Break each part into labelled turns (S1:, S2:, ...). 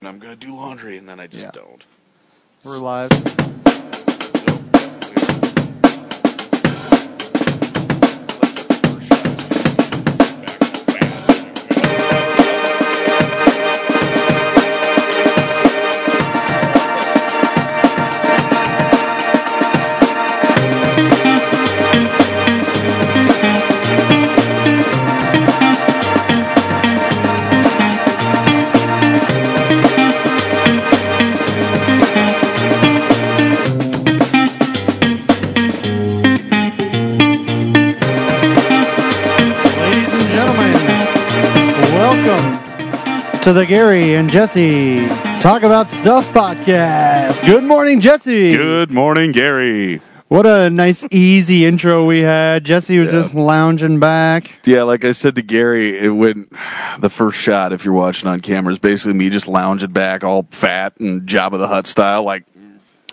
S1: and I'm gonna do laundry, and then I just
S2: Yeah.
S1: don't.
S2: We're live. Ladies and gentlemen, welcome to the Gary and Jesse Talk About Stuff podcast. Good morning, Jesse.
S1: Good morning, Gary.
S2: What a nice, easy intro we had. Jesse was
S1: Yeah.
S2: just lounging back.
S1: Yeah, like I said to Gary, it went the first shot. If you're watching on camera, is basically me just lounging back, all fat and Jabba the Hutt style, like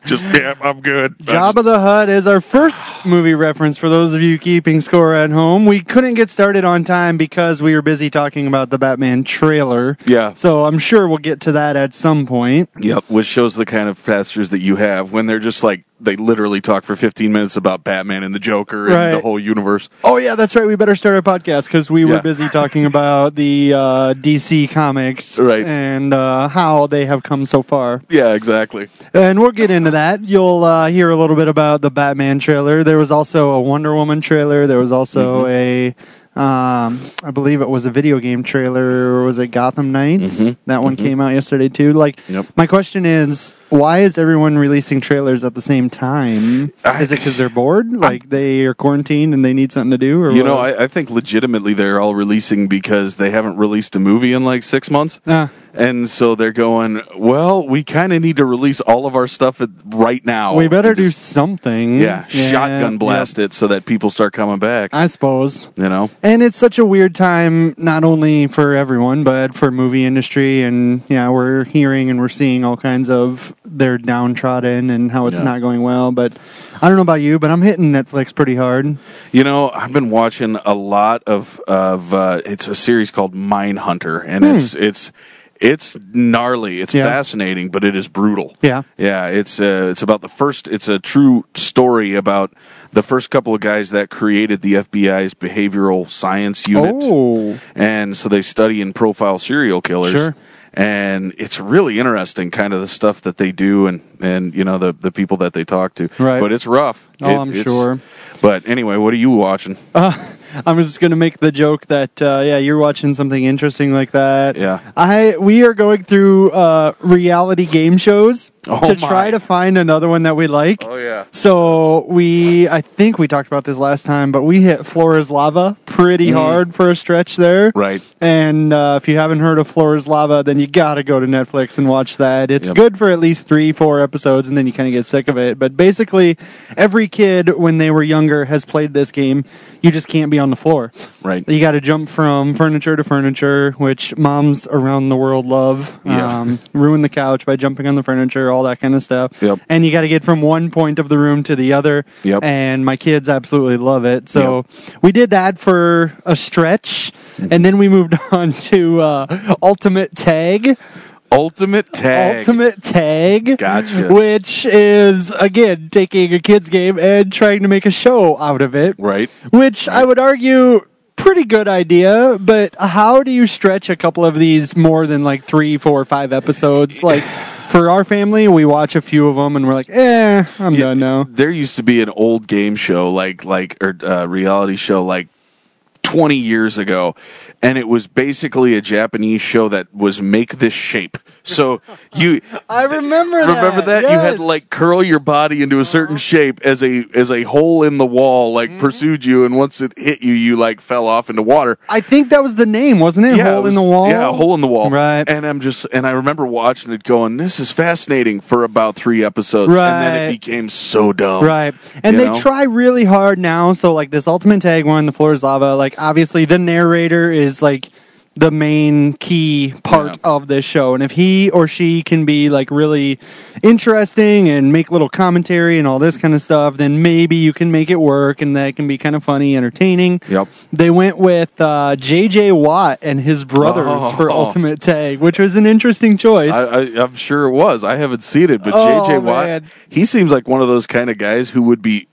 S1: just yeah, I'm good. I'm
S2: Job of the Hut is our first movie reference for those of you keeping score at home. We couldn't get started on time because we were busy talking about the Batman trailer.
S1: Yeah.
S2: So I'm sure we'll get to that at some point.
S1: Yep, which shows the kind of pastors that you have when they're just like they literally talk for 15 minutes about Batman and the Joker and
S2: Right.
S1: the whole universe.
S2: Oh yeah, that's right. We better start our podcast because we
S1: Yeah.
S2: were busy talking about the uh, DC comics,
S1: Right.
S2: and uh, how they have come so far.
S1: Yeah, exactly.
S2: And we'll get into that. You'll uh, hear a little bit about the Batman trailer. There was also a Wonder Woman trailer. There was also
S1: Mm-hmm.
S2: a, um, I believe it was a video game trailer. Or was it Gotham Knights? That one came out yesterday too. Like,
S1: Mm-hmm. Yep.
S2: my question is, why is everyone releasing trailers at the same time? is it because they're bored? Like they are quarantined and they need something to do? Or
S1: You know,
S2: what?
S1: I, I think legitimately they're all releasing because they haven't released a movie in like six months.
S2: Ah.
S1: And so they're going, well, we kind of need to release all of our stuff at, right now.
S2: we better
S1: And
S2: do
S1: Oh, just-
S2: something.
S1: Yeah, shotgun blast
S2: yeah.
S1: it so that people start coming back.
S2: I suppose.
S1: you know?
S2: And it's such a weird time, not only for everyone, but for movie industry. And yeah, we're hearing and we're seeing all kinds of they're downtrodden and how it's
S1: Yeah.
S2: not going well. But I don't know about you, but I'm hitting Netflix pretty hard.
S1: You know, I've been watching a lot of of uh, it's a series called Mine Hunter, and it's it's it's gnarly. It's
S2: Hmm. Yeah.
S1: fascinating, but it is brutal.
S2: Yeah.
S1: yeah. It's uh, it's about the first. It's a true story about the first couple of guys that created the FBI's behavioral science unit,
S2: Oh,
S1: and so they study and profile serial killers.
S2: Sure.
S1: And it's really interesting, kind of the stuff that they do, and and you know the the people that they talk to.
S2: Right.
S1: But it's rough.
S2: Oh, I'm
S1: it's-
S2: sure.
S1: But anyway, what are you watching?
S2: I was just going to make the joke that uh, yeah, you're watching something interesting like that.
S1: Yeah.
S2: I we are going through uh, reality game shows
S1: Oh,
S2: to
S1: my.
S2: try to find another one that we like.
S1: yeah.
S2: So we, I think we talked about this last time, but we hit Flora's Lava pretty hard for a stretch there.
S1: Mm-hmm. Right.
S2: And uh, if you haven't heard of Flora's Lava, then you gotta go to Netflix and watch that. It's
S1: Yep.
S2: good for at least three, four episodes, and then you kind of get sick of it. But basically, every kid when they were younger has played this game. You just can't be on the floor.
S1: Right.
S2: You got to jump from furniture to furniture, which moms around the world love.
S1: Yeah.
S2: Um, ruin the couch by jumping on the furniture, all that kind of stuff.
S1: Yep.
S2: And you got to get from one point of the room to the other.
S1: Yep.
S2: And my kids absolutely love it. So we did that for a stretch,
S1: Mm-hmm.
S2: and then we moved on to uh, Ultimate Tag.
S1: Ultimate tag.
S2: Ultimate Tag.
S1: Gotcha.
S2: Which is, again, taking a kid's game and trying to make a show out of it
S1: Right.
S2: which I would argue pretty good idea but how do you stretch a couple of these more than like three four five episodes like for our family we watch a few of them and we're like eh i'm
S1: Yeah,
S2: done now
S1: There used to be an old game show like like or uh, reality show like 20 years ago and it was basically a Japanese show that was make this shape. So you
S2: i remember that
S1: Remember that you had to, like curl your body
S2: Uh-huh.
S1: into a certain shape as a as a hole in the wall like
S2: Mm-hmm.
S1: pursued you and once it hit you you like fell off into water.
S2: i think that was the name wasn't it
S1: it
S2: hole in
S1: was-
S2: the wall
S1: Yeah, hole in the wall.
S2: Right.
S1: And I'm just and I remember watching it going, This is fascinating for about three episodes. And then
S2: Right.
S1: it became so dumb.
S2: Right. And
S1: You
S2: they
S1: know?
S2: try really hard now. So, like, this Ultimate Tag one, The Floor is Lava, like, obviously the narrator is like the main key part
S1: Yeah.
S2: of this show. And if he or she can be like really interesting and make little commentary and all this kind of stuff, then maybe you can make it work and that can be kind of funny, entertaining.
S1: Yep.
S2: They went with uh, J.J. Watt and his brothers
S1: Oh.
S2: for Ultimate Tag, which was an interesting choice.
S1: I, I, I'm sure it was. I haven't seen it, but
S2: Oh,
S1: JJ Watt,
S2: man.
S1: he seems like one of those kind of guys who would be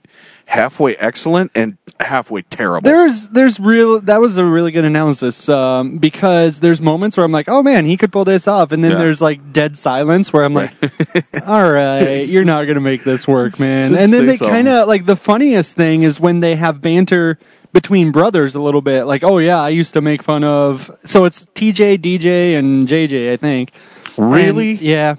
S1: halfway excellent and halfway terrible.
S2: There's there's real that was a really good analysis um, because there's moments where I'm like, oh man, he could pull this off, and then
S1: Yeah.
S2: there's like dead silence where I'm like, all right, you're not gonna make this work, man.
S1: Just
S2: and then
S1: say
S2: they kind of like the funniest thing is when they have banter between brothers a little bit, like, oh yeah, I used to make fun of. So it's TJ, DJ, and JJ, I think.
S1: Really?
S2: And- yeah.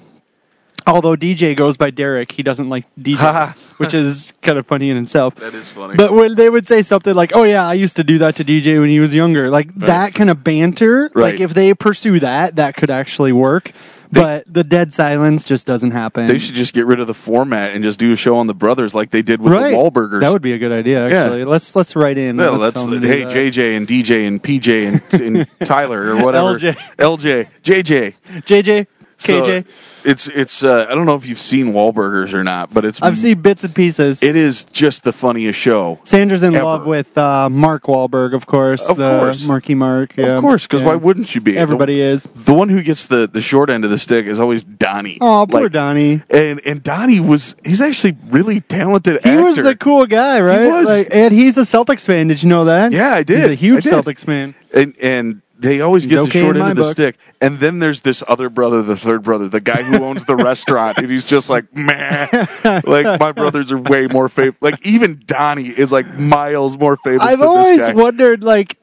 S2: Although DJ goes by Derek, he doesn't like DJ, which is kind of funny in itself.
S1: that is funny.
S2: But when they would say something like, "Oh yeah, I used to do that to DJ when he was younger," like that kind of banter,
S1: Right.
S2: like if they pursue that, that could actually work. but the dead silence just doesn't happen.
S1: they should just get rid of the format and just do a show on the brothers like they did with
S2: right?
S1: the Wahlburgers.
S2: That would be a good idea. Actually, let's let's write in.
S1: No,
S2: Let's
S1: that's
S2: tell them to
S1: hey
S2: do
S1: JJ and DJ and PJ and, and Tyler or whatever
S2: LJ.
S1: LJ JJ
S2: that. JJ,
S1: So,
S2: KJ.
S1: it's it's uh, I don't know if you've seen Wahlburgers or not, but it's
S2: I've seen bits and pieces.
S1: it is just the funniest show.
S2: Sandra's in
S1: Ever.
S2: love with uh, Mark Wahlberg, of course.
S1: Of
S2: the
S1: course.
S2: Marky Mark. yeah.
S1: of course, because
S2: Yeah.
S1: why wouldn't you be? The-
S2: Everybody is.
S1: The, one who gets the, the short end of the stick is always Donnie.
S2: Oh, poor
S1: Like,
S2: Donnie.
S1: And and Donnie was he's actually really talented
S2: He
S1: actor.
S2: was the cool guy, right?
S1: was.
S2: Like, and he's a Celtics fan. Did you know that?
S1: Yeah, I did.
S2: He's a huge
S1: I did.
S2: Celtics fan.
S1: and and they always get
S2: okay
S1: the short
S2: in
S1: end
S2: my
S1: of the
S2: book.
S1: stick. And then there's this other brother, the third brother, the guy who owns the restaurant, and he's just like, man, like my brothers are way more favorite. Like even Donnie is like miles more famous.
S2: I've
S1: than
S2: always
S1: this guy.
S2: wondered, like,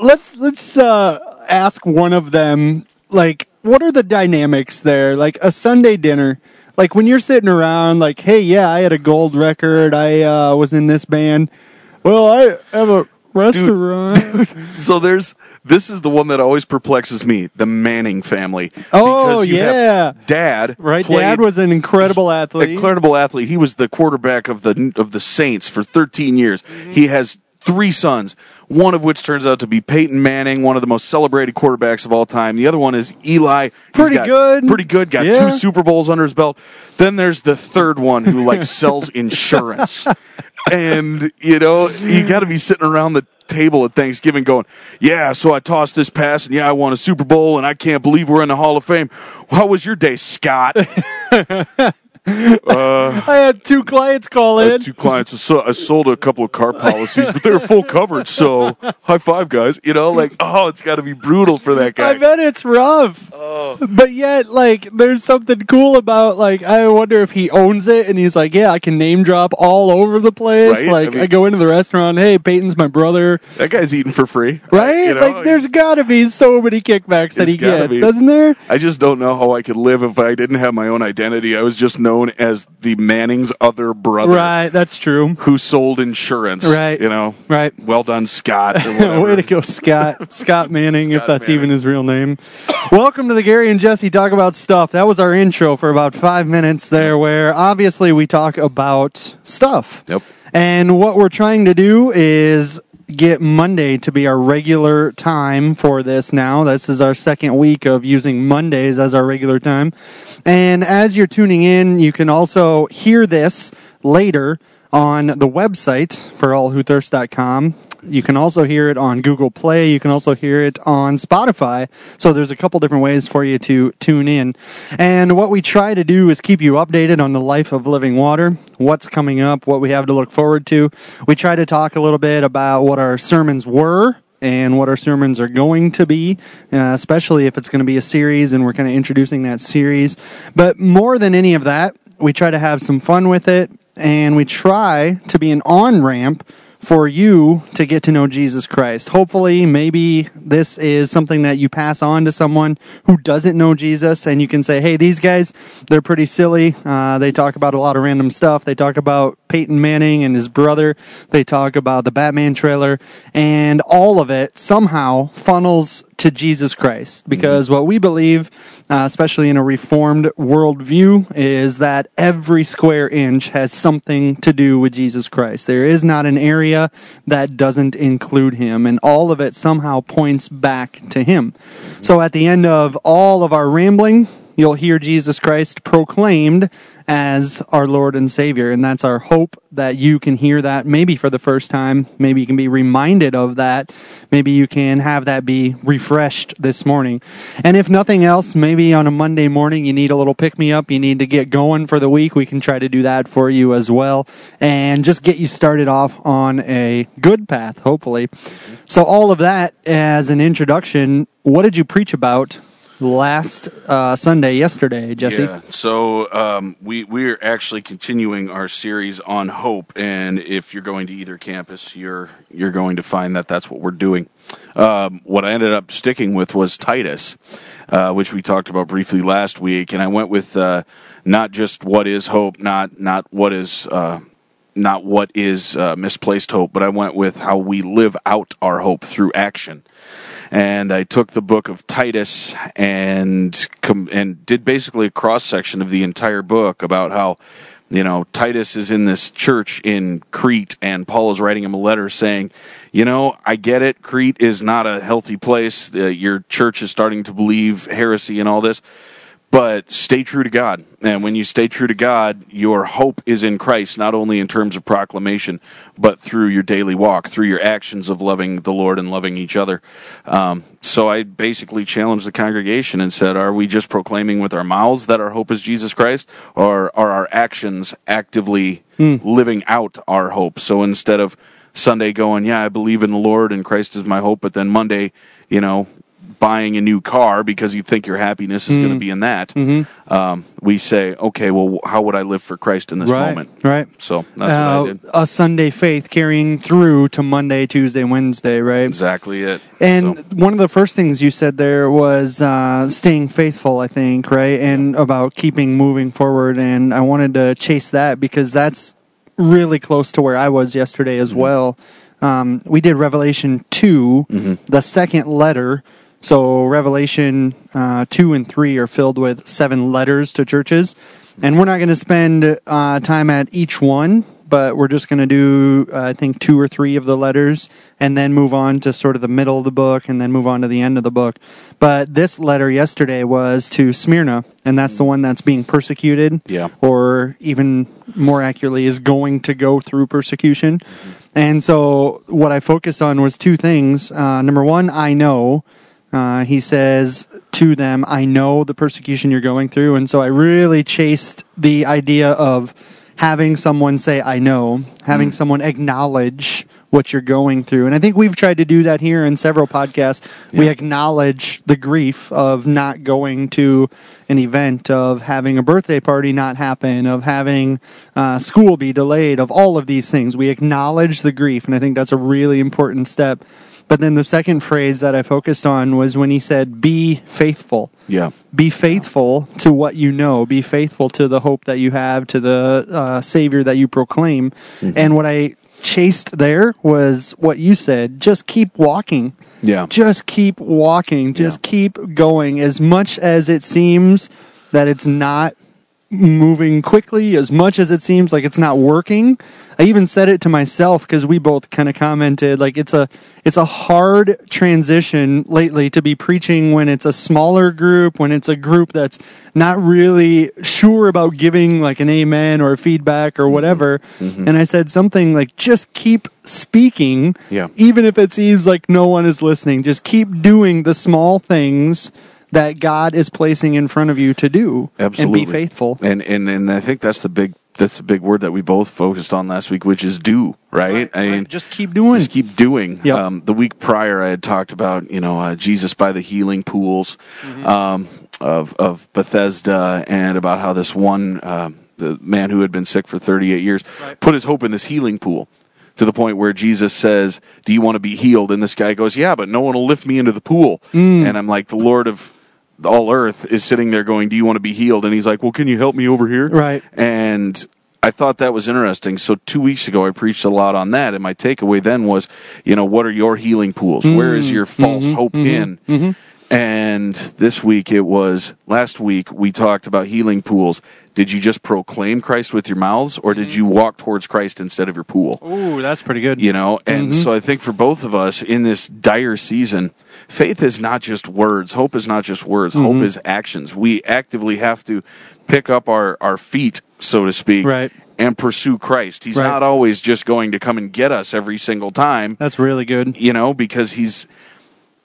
S2: let's let's uh, ask one of them, like, what are the dynamics there? Like a Sunday dinner, like when you're sitting around, like, hey, yeah, I had a gold record, I uh, was in this band. Well, I have a restaurant.
S1: So there's this is the one that always perplexes me, the Manning family.
S2: Oh,
S1: Because you have
S2: yeah.
S1: dad
S2: right?
S1: played
S2: Dad was an incredible
S1: an
S2: athlete.
S1: incredible athlete. He was the quarterback of the of the Saints for 13 years.
S2: Mm-hmm.
S1: He has three sons, one of which turns out to be Peyton Manning, one of the most celebrated quarterbacks of all time. The other one is Eli. He's
S2: Pretty
S1: got-
S2: good.
S1: Pretty good. Got
S2: Yeah.
S1: two Super Bowls under his belt. Then there's the third one who like sells insurance. And you know, you got to be sitting around the table at Thanksgiving going, "Yeah, so I tossed this pass and yeah, I won a Super Bowl and I can't believe we're in the Hall of Fame. How was your day, Scott?"
S2: I had two clients call
S1: I
S2: in.
S1: had two clients. I sold, I sold a couple of car policies, but they were full coverage. So high five, guys. You know, like oh, it's got to be brutal for that
S2: I
S1: guy. Oh.
S2: bet it's rough. But yet, like, there's something cool about, like, I wonder if he owns it and he's like, yeah, I can name drop all over the place.
S1: Right? I
S2: Like, I,
S1: mean-
S2: go into the restaurant, hey, Peyton's my brother.
S1: That guy's eating for free,
S2: Right?
S1: You know,
S2: like, there's gotta be so many kickbacks that
S1: It's
S2: he
S1: gotta
S2: gets,
S1: be.
S2: doesn't there?
S1: I just don't know how I could live if I didn't have my own identity. I was just known as the Manning's other brother
S2: Right, that's true.
S1: who sold insurance.
S2: Right.
S1: You know.
S2: Right.
S1: Well done, Scott. Or whatever.
S2: Way to go, Scott. Scott Manning, if
S1: Scott
S2: that's
S1: Manning.
S2: even his real name. Welcome to the Gary and Jesse Talk About Stuff. That was our intro for about five minutes there, where obviously we talk about stuff.
S1: Yep.
S2: And what we're trying to do is get Monday to be our regular time for this now. This is our second week of using Mondays as our regular time. And as you're tuning in, you can also hear this later on the website for allwhothirst.com. You can also hear it on Google Play. You can also hear it on Spotify. So there's a couple different ways for you to tune in. And what we try to do is keep you updated on the life of living water, what's coming up, what we have to look forward to. We try to talk a little bit about what our sermons were and what our sermons are going to be, uh, especially if it's going to be a series and we're kind of introducing that series. But more than any of that, we try to have some fun with it and we try to be an on ramp for you to get to know Jesus Christ. Hopefully, maybe this is something that you pass on to someone who doesn't know Jesus, and you can say, hey, these guys, they're pretty silly. Uh, they talk about a lot of random stuff. They talk about Peyton Manning and his brother, they talk about the Batman trailer, and all of it somehow funnels to Jesus Christ because what we believe, uh, especially in a Reformed worldview, is that every square inch has something to do with Jesus Christ. There is not an area that doesn't include Him, and all of it somehow points back to Him. So at the end of all of our rambling, you'll hear Jesus Christ proclaimed as our Lord and Savior. And that's our hope that you can hear that maybe for the first time. Maybe you can be reminded of that. Maybe you can have that be refreshed this morning. And if nothing else, maybe on a Monday morning you need a little pick me up. You need to get going for the week. We can try to do that for you as well and just get you started off on a good path, hopefully. So, all of that as an introduction, what did you preach about? Last uh, Sunday, yesterday, Jesse.
S1: Yeah. So um, we we're actually continuing our series on hope, and if you're going to either campus, you're you're going to find that that's what we're doing. Um, what I ended up sticking with was Titus, uh, which we talked about briefly last week, and I went with uh, not just what is hope, not not what is. Uh, not what is uh, misplaced hope, but I went with how we live out our hope through action and I took the book of Titus and com- and did basically a cross section of the entire book about how you know Titus is in this church in Crete and Paul is writing him a letter saying, you know, I get it. Crete is not a healthy place. Uh, your church is starting to believe heresy and all this. But stay true to God. And when you stay true to God, your hope is in Christ, not only in terms of proclamation, but through your daily walk, through your actions of loving the Lord and loving each other. Um, so I basically challenged the congregation and said, Are we just proclaiming with our mouths that our hope is Jesus Christ, or are our actions actively living out our hope? So instead of Sunday going, Yeah, I believe in the Lord and Christ is my hope, but then Monday, you know, buying a new car because you think your happiness is
S2: Mm-hmm.
S1: going to be in that, um, we say, okay, well, wh- how would I live for Christ in this
S2: right,
S1: moment?
S2: right.
S1: So that's
S2: Uh,
S1: what I did.
S2: A Sunday faith carrying through to Monday, Tuesday, Wednesday, right?
S1: Exactly it.
S2: And
S1: So,
S2: one of the first things you said there was uh, staying faithful, I think, right? And about keeping moving forward. And I wanted to chase that because that's really close to where I was yesterday as well. Um, we did Revelation 2, the second letter. So Revelation uh, 2 and 3 are filled with seven letters to churches. And we're not going to spend uh, time at each one, but we're just going to do, uh, I think, two or three of the letters and then move on to sort of the middle of the book and then move on to the end of the book. But this letter yesterday was to Smyrna, and that's the one that's being persecuted
S1: Yeah.
S2: or even more accurately, is going to go through persecution. And so, what I focused on was two things. Uh, number one, I know. Uh, he says to them, I know the persecution you're going through. And so, I really chased the idea of having someone say, I know, having someone acknowledge what you're going through. And I think we've tried to do that here in several podcasts. We
S1: Yeah.
S2: acknowledge the grief of not going to an event, of having a birthday party not happen, of having uh, school be delayed, of all of these things. We acknowledge the grief, and I think that's a really important step. But then the second phrase that I focused on was when he said, Be faithful
S1: yeah.
S2: be faithful to what you know be faithful to the hope that you have to the uh, savior that you proclaim and what i chased there was what you said just keep walking
S1: Yeah.
S2: just keep walking just keep going as much as it seems that it's not moving quickly as much as it seems like it's not working i even said it to myself because we both kind of commented like it's a it's a hard transition lately to be preaching when it's a smaller group when it's a group that's not really sure about giving like an amen or feedback
S1: Mm-hmm.
S2: or whatever and i said something like just keep speaking
S1: Yeah.
S2: even if it seems like no one is listening just keep doing the small things that god is placing in front of you to do
S1: Absolutely.
S2: and be faithful
S1: And and and I think that's the big that's the big word that we both focused on last week, which is do. Right. I mean,
S2: just keep doing.
S1: Just keep doing.
S2: Yep.
S1: Um, the week prior, I had talked about you know uh, Jesus by the healing pools um, of of Bethesda, and about how this one um the man who had been sick for 38 years put his hope in this healing pool. To the point where Jesus says, "Do you want to be healed?" And this guy goes, "Yeah, but no one will lift me into the pool." And I'm like, "The Lord of all earth is sitting there going, "Do you want to be healed?" And he's like, "Well, can you help me over here?"
S2: Right.
S1: And I thought that was interesting. So two weeks ago, I preached a lot on that, and my takeaway then was, you know, what are your healing pools? Where is your false hope in? And this week it was. Last week we talked about healing pools. Did you just proclaim Christ with your mouths, or did you walk towards Christ instead of your pool?
S2: Ooh, that's pretty good.
S1: you know and
S2: Mm-hmm.
S1: so i think for both of us in this dire season faith is not just words hope is not just words
S2: Mm-hmm.
S1: hope is actions we actively have to pick up our our feet so to speak
S2: Right.
S1: and pursue christ he's
S2: Right.
S1: not always just going to come and get us every single time
S2: That's really good.
S1: you know because he's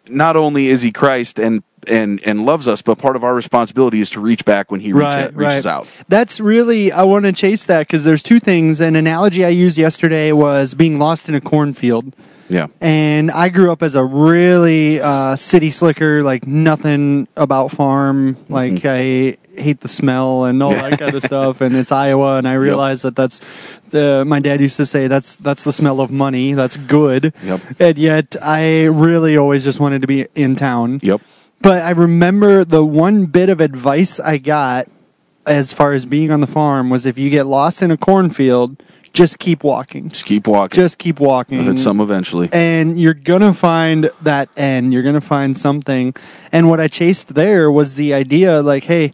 S1: not only is he christ and and and loves us but part of our responsibility is to reach back when he reach- reaches out
S2: That's really I want to chase that because there's two things. An analogy I used yesterday was being lost in a cornfield,
S1: yeah
S2: and I grew up as a really uh, city slicker, like nothing about farm.
S1: Mm-hmm.
S2: Like I hate the smell and all that kind of stuff. And it's Iowa, and I realized that that's the my dad used to say that's that's the smell of money. That's good.
S1: Yep.
S2: And yet I really always just wanted to be in town.
S1: yep
S2: But I remember the one bit of advice I got as far as being on the farm was if you get lost in a cornfield, just keep walking.
S1: just keep walking
S2: Just keep walking.
S1: Hit some eventually
S2: and you're going to find that end. You're going to find something. And what I chased there was the idea like, hey,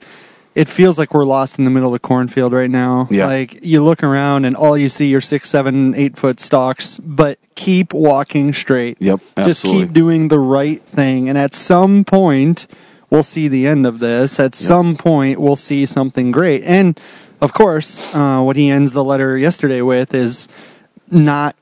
S2: it feels like we're lost in the middle of the cornfield right now.
S1: Yeah.
S2: Like you look around and all you see are six, seven, eight foot stalks, but keep walking straight
S1: yep
S2: just
S1: absolutely.
S2: keep doing the right thing and at some point we'll see the end of this at some point we'll see something great and of course uh, what he ends the letter yesterday with is not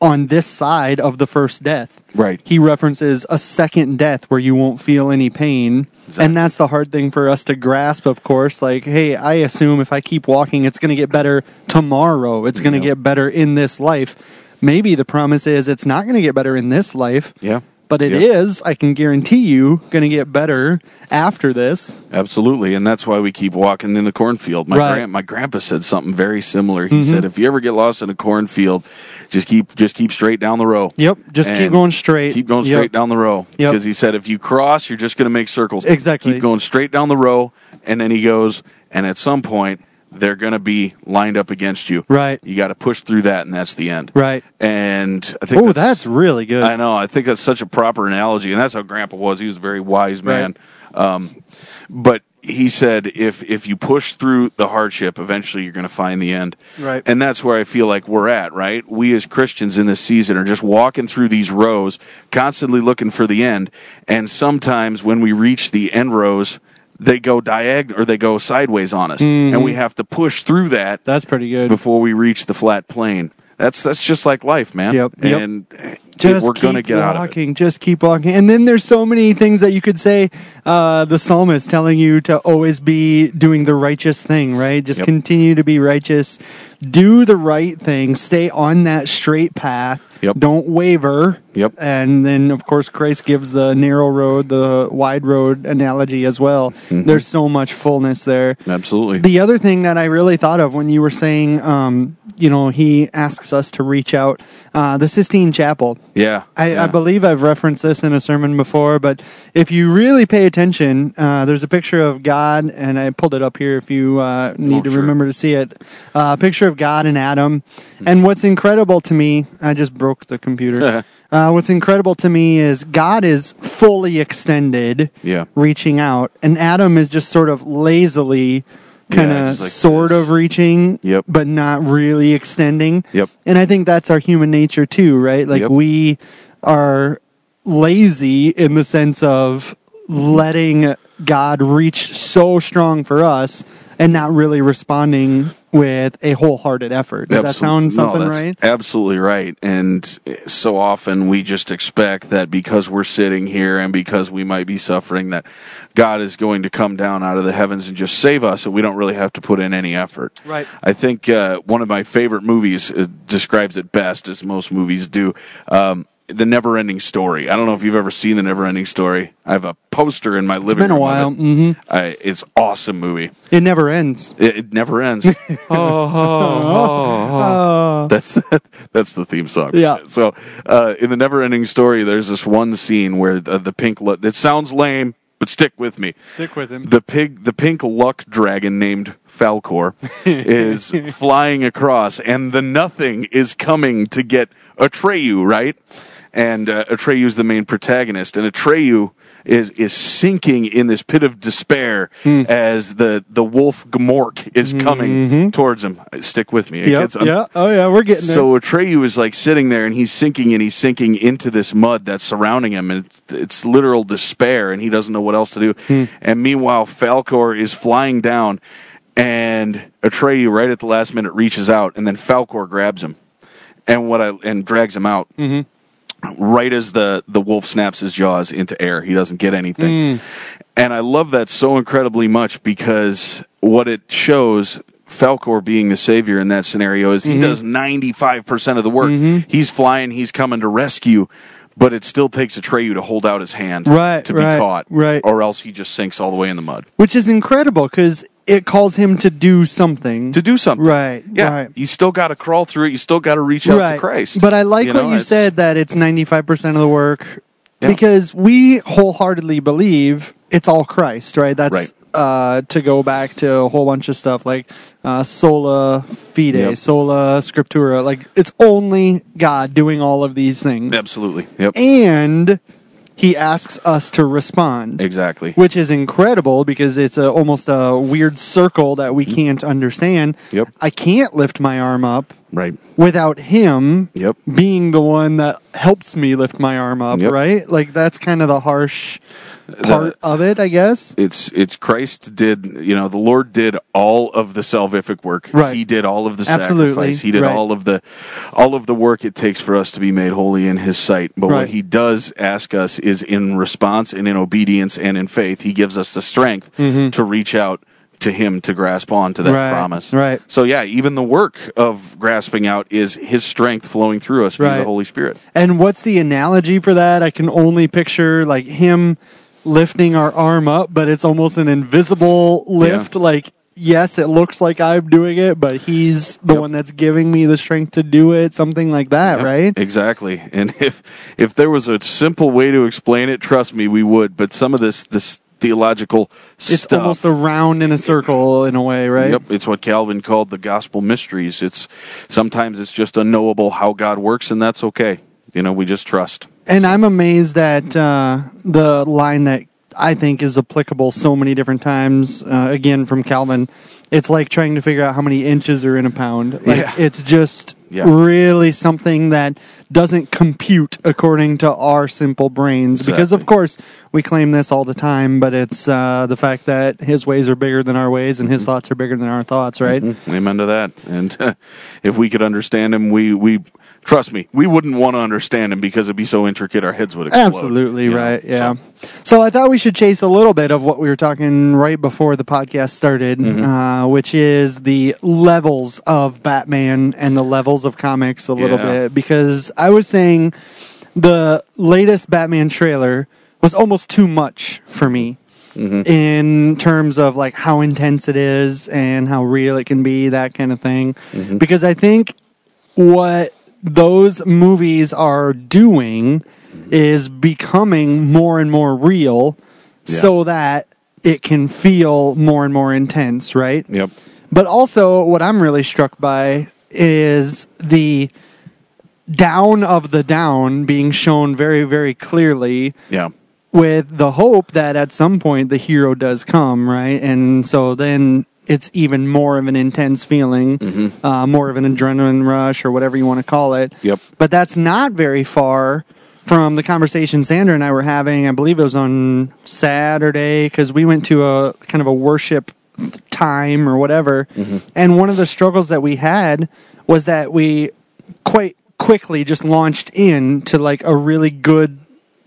S2: on this side of the first death
S1: right
S2: he references a second death where you won't feel any pain
S1: Exactly.
S2: and that's the hard thing for us to grasp of course like hey i assume if i keep walking it's going to get better tomorrow it's going to
S1: Yeah.
S2: get better in this life maybe the promise is it's not going to get better in this life
S1: yeah
S2: but it
S1: Yeah.
S2: is i can guarantee you going to get better after this
S1: Absolutely, and that's why we keep walking in the cornfield. My
S2: Right. Mm-hmm.
S1: gran- my grandpa said something very similar. He said, "If you ever get lost in a cornfield, just keep just keep straight down the row.
S2: yep just keep
S1: And
S2: going straight
S1: Keep going
S2: Yep.
S1: straight down the row."
S2: Yep.
S1: Because he said, "If you cross, you're just going to make circles.
S2: Exactly.
S1: Keep going straight down the row." And then he goes, and at some point, they're going to be lined up against you.
S2: Right.
S1: You got to push through that, and that's the end.
S2: right
S1: And I think
S2: oh that's really good
S1: I know. I think that's such a proper analogy, and that's how Grandpa was. He was a very wise man. Um, but he said, if if you push through the hardship, eventually you're going to find the end.
S2: Right.
S1: And that's where I feel like we're at. Right. We as Christians in this season are just walking through these rows, constantly looking for the end, and sometimes when we reach the end rows. They go diagonal or they go sideways on us,
S2: Mm-hmm.
S1: and we have to push through that
S2: that's pretty good
S1: before we reach the flat plane. That's that's just like life, man.
S2: Yep, yep.
S1: And eh,
S2: just
S1: we're gonna
S2: keep
S1: get out of it.
S2: walking, Just keep walking. And then there's so many things that you could say. Uh, the psalmist telling you to always be doing the righteous thing, right? Just
S1: Yep.
S2: continue to be righteous. Do the right thing. Stay on that straight path.
S1: Yep.
S2: Don't waver.
S1: Yep.
S2: And then, of course, Christ gives the narrow road, the wide road analogy as well.
S1: Mm-hmm.
S2: There's so much fullness there.
S1: Absolutely.
S2: The other thing that I really thought of when you were saying, um, you know, he asks us to reach out, uh, the Sistine Chapel.
S1: yeah.
S2: I,
S1: yeah.
S2: I believe I've referenced this in a sermon before, but if you really pay attention, uh, there's a picture of God, and I pulled it up here if you uh, need
S1: Oh,
S2: to
S1: sure.
S2: remember to see it. Uh, picture of God and Adam. And what's incredible to me, I just broke the computer. uh, what's incredible to me is God is fully extended,
S1: Yeah.
S2: reaching out, and Adam is just sort of lazily. Kind
S1: Yeah,
S2: of
S1: he's like
S2: sort
S1: this.
S2: of reaching,
S1: Yep.
S2: but not really extending.
S1: Yep.
S2: And I think that's our human nature too, right? Like
S1: Yep.
S2: we are lazy in the sense of letting God reach so strong for us and not really responding with a wholehearted effort. Does that
S1: Absolute-
S2: sound
S1: no,
S2: something
S1: that's
S2: right?
S1: Absolutely right. And eh, so often we just expect that because we're sitting here and because we might be suffering, that God is going to come down out of the heavens and just save us, and we don't really have to put in any effort.
S2: Right.
S1: I think uh, one of my favorite movies uh, describes it best, as most movies do. Um, the never ending story. I don't know if you've ever seen the never ending story. I have a poster in my living
S2: been a
S1: room.
S2: while,
S1: Of it. Mm-hmm. I, it's awesome movie.
S2: It never ends.
S1: It, it never ends. oh, That's that's the theme song.
S2: Yeah.
S1: So uh, in the never ending story, there's this one scene where the, the pink. Lo- it sounds lame. but stick with me.
S2: Stick with him.
S1: The pig, the pink luck dragon named Falcor, is flying across, and the nothing is coming to get Atreyu. Right, and uh, Atreyu is the main protagonist, and Atreyu is is sinking in this pit of despair
S2: Hmm.
S1: as the the wolf Gmork is coming towards him. Stick with me. It
S2: Mm-hmm. Yep,
S1: gets un-
S2: yeah. Oh yeah, we're getting
S1: so Atreyu is like sitting there and he's sinking and he's sinking into this mud that's surrounding him and it's, it's literal despair and he doesn't know what else to do. And meanwhile, Falcor is flying down and Atreyu right at the last minute reaches out and then Falcor grabs him and what I and drags him out. Right as the the wolf snaps his jaws into air, he doesn't get anything.
S2: Hmm.
S1: And I love that so incredibly much because what it shows Falcor being the savior in that scenario is he
S2: Mm-hmm.
S1: does 95% of the work. He's flying, he's coming to rescue, but it still takes Atreyu to hold out his hand
S2: Right,
S1: to be
S2: right,
S1: caught,
S2: right.
S1: or else he just sinks all the way in the mud.
S2: it, which is incredible because it calls him to do something.
S1: To do something.
S2: Right,
S1: Yeah.
S2: right.
S1: You still got to crawl through it. You still got to reach out to Christ.
S2: But I like
S1: You
S2: what
S1: know,
S2: you
S1: it's-
S2: said that it's 95% of the work
S1: Yeah.
S2: because we wholeheartedly believe it's all Christ, right? That's
S1: Right.
S2: Uh, to go back to a whole bunch of stuff like uh, sola fide,
S1: Yep.
S2: sola scriptura, like it's only God doing all of these things.
S1: Absolutely. Yep.
S2: And he asks us to respond.
S1: Exactly.
S2: Which is incredible because it's a, almost a weird circle that we can't understand.
S1: Mm-hmm. Yep.
S2: I can't lift my arm up
S1: Right.
S2: without him
S1: Yep.
S2: being the one that helps me lift my arm up,
S1: Yep.
S2: right? Like that's kind of the harsh part of it, I guess.
S1: It's it's Christ did you know the Lord did all of the salvific work.
S2: Right.
S1: He did all of the
S2: Absolutely.
S1: sacrifice. He did
S2: Right.
S1: all of the all of the work it takes for us to be made holy in His sight. But
S2: Right.
S1: what He does ask us is in response and in obedience and in faith. He gives us the strength to reach out to Him to grasp on to that
S2: Mm-hmm. Right.
S1: promise.
S2: Right.
S1: So yeah, even the work of grasping out is His strength flowing through us through
S2: Right.
S1: the Holy Spirit.
S2: And what's the analogy for that? I can only picture like him lifting our arm up, but it's almost an invisible lift. Like, yes, it looks like I'm doing it, but he's the
S1: Yep.
S2: one that's giving me the strength to do it, something like that,
S1: Yep,
S2: right?
S1: Exactly. And if if there was a simple way to explain it, trust me, we would. But some of this this theological
S2: It's
S1: stuff.
S2: almost a round in a circle in a way, right?
S1: Yep, it's what Calvin called the gospel mysteries. It's sometimes it's just unknowable how God works, and that's okay. You know, we just trust.
S2: And I'm amazed at uh, the line that I think is applicable so many different times. Uh, again, from Calvin, it's like trying to figure out how many inches are in a pound. Like
S1: Yeah.
S2: it's just
S1: Yeah.
S2: really something that doesn't compute according to our simple brains. Because of
S1: Exactly.
S2: course we claim this all the time, but it's uh, the fact that His ways are bigger than our ways,
S1: Mm-hmm.
S2: and His thoughts are bigger than our thoughts. Right?
S1: Amen to that. And if we could understand him, we we trust me, we wouldn't want to understand him because it'd be so intricate our heads would explode.
S2: Absolutely
S1: you know?
S2: right. Yeah.
S1: So,
S2: So. I thought we should chase a little bit of what we were talking right before the podcast started,
S1: Mm-hmm.
S2: uh, which is the levels of Batman and the levels of comics a little
S1: Yeah.
S2: bit, because I was saying the latest Batman trailer was almost too much for me.
S1: Mm-hmm.
S2: In terms of like how intense it is and how real it can be, that kind of thing.
S1: Mm-hmm.
S2: Because I think what those movies are doing is becoming more and more real so that it can feel more and more intense, right?
S1: Yep.
S2: But also, what I'm really struck by is the down of the down being shown very, very clearly
S1: Yeah.
S2: with the hope that at some point the hero does come, right? And so then it's even more of an intense feeling, uh, more of an adrenaline rush or whatever you want to call it.
S1: Yep.
S2: But that's not very far from the conversation Sandra and I were having. I believe it was on Saturday because we went to a kind of a worship time or whatever. And one of the struggles that we had was that we quite quickly just launched into like a really good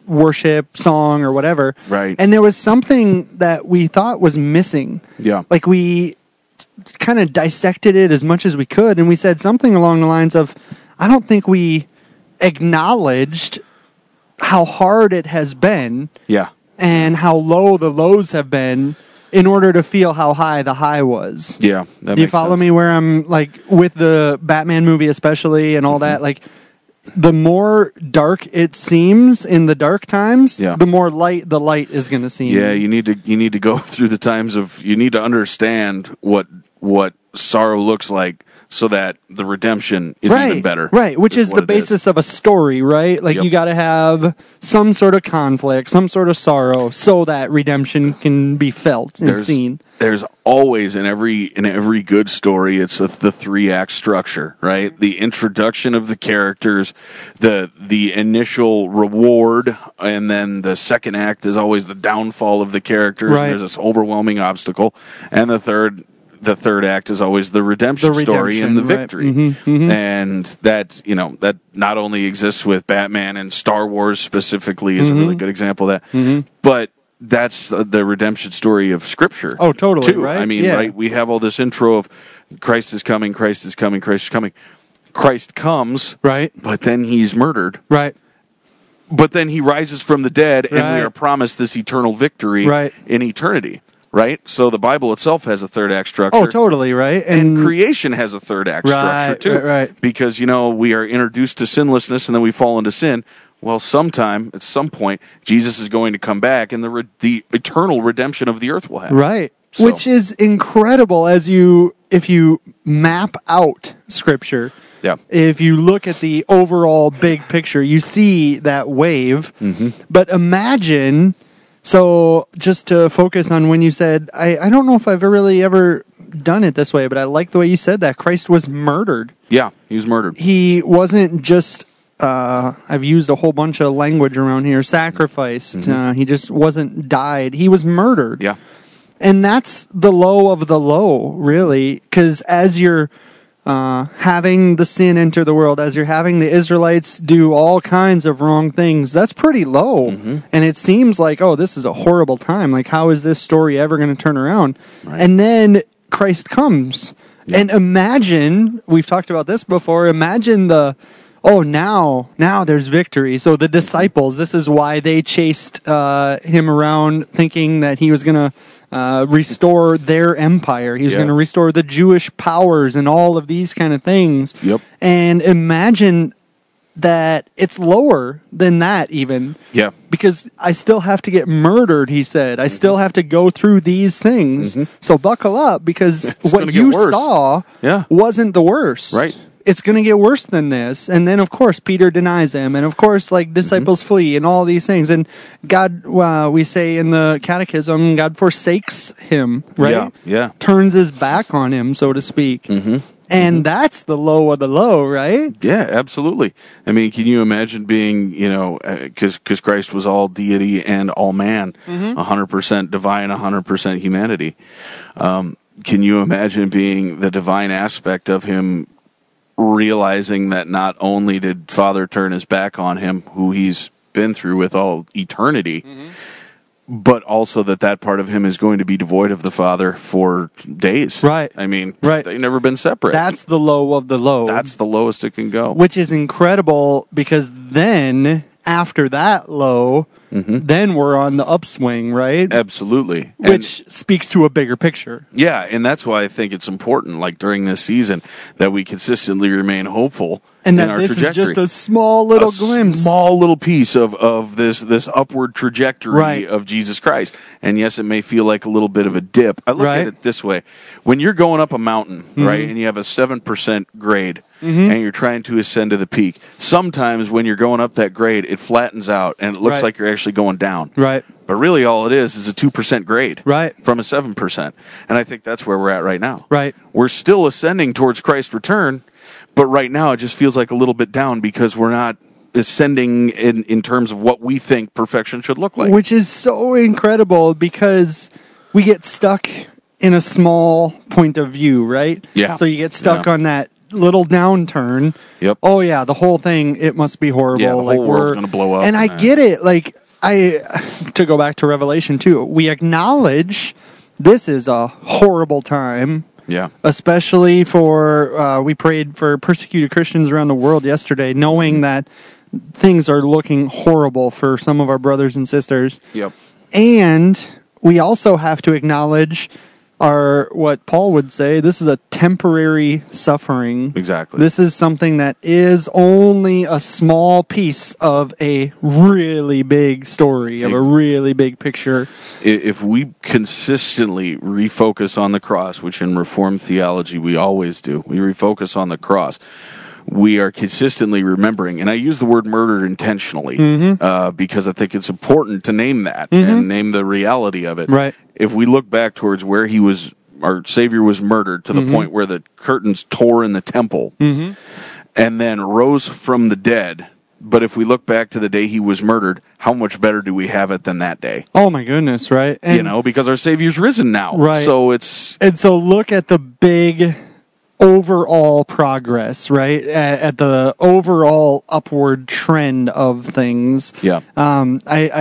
S2: worship song or whatever.
S1: Right.
S2: And there was something that we thought was missing.
S1: Yeah.
S2: Like we kind of dissected it as much as we could and we said something along the lines of I don't think we acknowledged how hard it has been
S1: yeah.
S2: and how low the lows have been in order to feel how high the high was.
S1: Yeah. That
S2: Do you
S1: makes
S2: follow
S1: sense. Mm-hmm.
S2: me where I'm like with the Batman movie especially and all that like the more dark it seems in the dark times,
S1: Yeah.
S2: the more light the light is going to seem.
S1: Yeah, you need to you need to go through the times of you need to understand what what sorrow looks like so that the redemption is
S2: right,
S1: even better.
S2: Right, which is, the
S1: what it
S2: basis of a story, right? Like
S1: Yep.
S2: you got to have some sort of conflict, some sort of sorrow, so that redemption can be felt and
S1: There's,
S2: seen.
S1: there's always in every in every good story it's a, the three act structure, right? The introduction of the characters, the the initial reward, and then the second act is always the downfall of the characters. and
S2: Right.
S1: There's this overwhelming obstacle, and the third the third act is always the redemption.
S2: the
S1: story
S2: redemption,
S1: and the
S2: right.
S1: victory.
S2: Mhm,
S1: And that, you know, that not only exists with Batman and Star Wars specifically is a
S2: Mm-hmm.
S1: really good example of that. But that's uh, the redemption story of scripture.
S2: Oh, totally,
S1: too.
S2: right?
S1: I mean,
S2: Yeah.
S1: right, we have all this intro of Christ is coming, Christ is coming, Christ is coming. Christ comes,
S2: Right,
S1: but then he's murdered.
S2: right.
S1: But then he rises from the dead and we
S2: Right.
S1: are promised this eternal victory
S2: Right.
S1: in eternity. Right? So the Bible itself has a third act structure
S2: Oh, totally, right.
S1: and creation has a third act
S2: Mm. Right,
S1: structure too
S2: right, right.
S1: because you know we are introduced to sinlessness and then we fall into sin well sometime at some point jesus is going to come back and the re- the eternal redemption of the earth will happen
S2: Right.
S1: So-
S2: Which is incredible as you if you map out scripture.
S1: yeah
S2: If you look at the overall big picture, you see that wave. But imagine so just to focus on when you said I, I don't know if I've really ever done it this way, but I like the way you said that. Christ was murdered.
S1: yeah he was murdered
S2: He wasn't just uh, I've used a whole bunch of language around here. Sacrificed. Uh, he just wasn't died. He was murdered.
S1: yeah
S2: And that's the low of the low, really, because as you're uh, having the sin enter the world, as you're having the Israelites do all kinds of wrong things, that's pretty low. And it seems like, oh, this is a horrible time. Like, how is this story ever going to turn around?
S1: Right.
S2: And then Christ comes. And imagine, we've talked about this before, imagine the. Oh, now, now there's victory. So the disciples, this is why they chased uh, him around thinking that he was going to uh, restore their empire. He was
S1: Yeah.
S2: going to restore the Jewish powers and all of these kind of things.
S1: Yep.
S2: And imagine that it's lower than that, even
S1: yeah
S2: because I still have to get murdered, he said.
S1: Mm-hmm.
S2: I still have to go through these things. So buckle up because
S1: It's gonna
S2: what
S1: get
S2: you
S1: worse.
S2: saw
S1: Yeah.
S2: wasn't the worst.
S1: Right.
S2: It's going to get worse than this. And then, of course, Peter denies him. And, of course, like
S1: Mm-hmm.
S2: disciples flee and all these things. And God, uh, we say in the catechism, God forsakes him, right?
S1: Yeah, yeah.
S2: Turns his back on him, so to speak. Mm-hmm. And that's the low of the low, right?
S1: Yeah, absolutely. I mean, can you imagine being, you know, because because Christ was all deity and all man,
S2: Mm-hmm.
S1: 100% divine, 100% humanity. Um, can you imagine being the divine aspect of him realizing that not only did Father turn his back on him, who he's been through with all eternity,
S2: Mm-hmm.
S1: but also that that part of him is going to be devoid of the Father for days?
S2: Right.
S1: I mean,
S2: Right.
S1: they've never been separate.
S2: That's the low of the low.
S1: That's the lowest it can go.
S2: which is incredible because then after that low, then we're on the upswing, right?
S1: Absolutely. Mm-hmm. And-
S2: which speaks to a bigger picture.
S1: yeah, and that's why I think it's important, like during this season, that we consistently remain hopeful
S2: And
S1: in
S2: that
S1: our
S2: this
S1: trajectory.
S2: is just a small little glimpse.
S1: small little piece of, of this this upward trajectory
S2: Right.
S1: of Jesus Christ. And yes, it may feel like a little bit of a dip. I look at
S2: Right. Mm-hmm.
S1: it this way: when you're going up a mountain, right, and you have a seven percent grade, and you're trying to ascend to the peak, sometimes when you're going up that grade, it flattens out, and it looks
S2: Right.
S1: like you're actually going down.
S2: Right.
S1: But really, all it is is a 2% grade.
S2: Right.
S1: From a 7%. And I think that's where we're at right now.
S2: Right.
S1: We're still ascending towards Christ's return, but right now it just feels like a little bit down because we're not ascending in, in terms of what we think perfection should look like.
S2: Which is so incredible because we get stuck in a small point of view, right?
S1: Yeah.
S2: So you get stuck
S1: Yeah.
S2: on that little downturn.
S1: Yep.
S2: Oh yeah, the whole thing it must be horrible.
S1: Yeah, the whole
S2: like
S1: world's
S2: we're-
S1: gonna blow up.
S2: And I
S1: Yeah.
S2: get it. Like I to go back to Revelation too. We acknowledge this is a horrible time
S1: yeah.
S2: especially for uh, we prayed for persecuted Christians around the world yesterday,
S1: Mm-hmm.
S2: knowing that things are looking horrible for some of our brothers and sisters.
S1: Yep.
S2: And we also have to acknowledge are what Paul would say this is a temporary suffering.
S1: Exactly.
S2: This is something that is only a small piece of a really big story, of a
S1: Ex-
S2: really big picture.
S1: I- if we consistently refocus on the cross, which in Reformed theology we always do, we refocus on the cross. We are consistently remembering, and I use the word murder intentionally uh, because I think it's important to name that and name the reality of it.
S2: Right.
S1: If we look back towards where he was, our Savior was murdered to the point where the curtains tore in the temple and then rose from the dead. But if we look back to the day he was murdered, how much better do we have it than that day?
S2: Oh my goodness, right? And,
S1: you know, because our Savior's risen now.
S2: Right.
S1: So it's
S2: And so look at the big overall progress, right? At, at the overall upward trend of things.
S1: yeah,
S2: Um, I,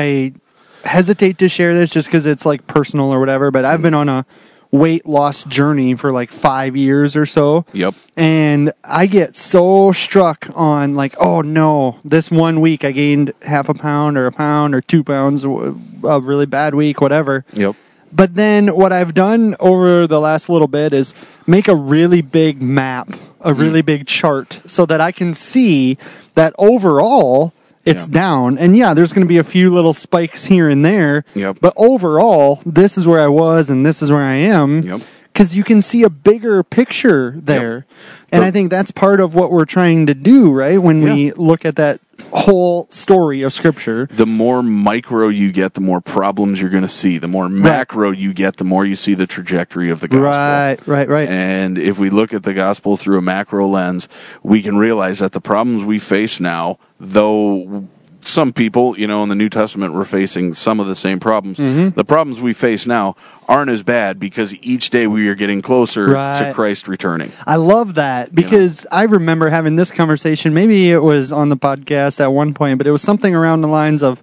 S2: I hesitate to share this just because it's like personal or whatever, but I've been on a weight loss journey for like five years or so.
S1: yep,
S2: And I get so struck on like, oh no, this one week I gained half a pound or a pound or two pounds, w- a really bad week, whatever.
S1: yep,
S2: But then what I've done over the last little bit is make a really big map,
S1: Mm.
S2: a really big chart, so that I can see that overall it's
S1: Yeah.
S2: down. And yeah, there's going to be a few little spikes here and there.
S1: Yep.
S2: But overall, this is where I was and this is where I am.
S1: Yep.
S2: Because you can see a bigger picture there. And
S1: The-
S2: I think that's part of what we're trying to do, right? When we
S1: Yeah.
S2: look at that whole story of Scripture.
S1: the more micro you get, the more problems you're going to see. The more macro you get, the more you see the trajectory of the gospel.
S2: Right, right, right.
S1: And if we look at the gospel through a macro lens, we can realize that the problems we face now, though some people, you know, in the New Testament were facing some of the same problems,
S2: Mm-hmm.
S1: the problems we face now aren't as bad because each day we are getting closer to
S2: Right.
S1: Christ returning.
S2: I love that because I remember having this conversation. Maybe it was on the podcast at one point, but it was something around the lines of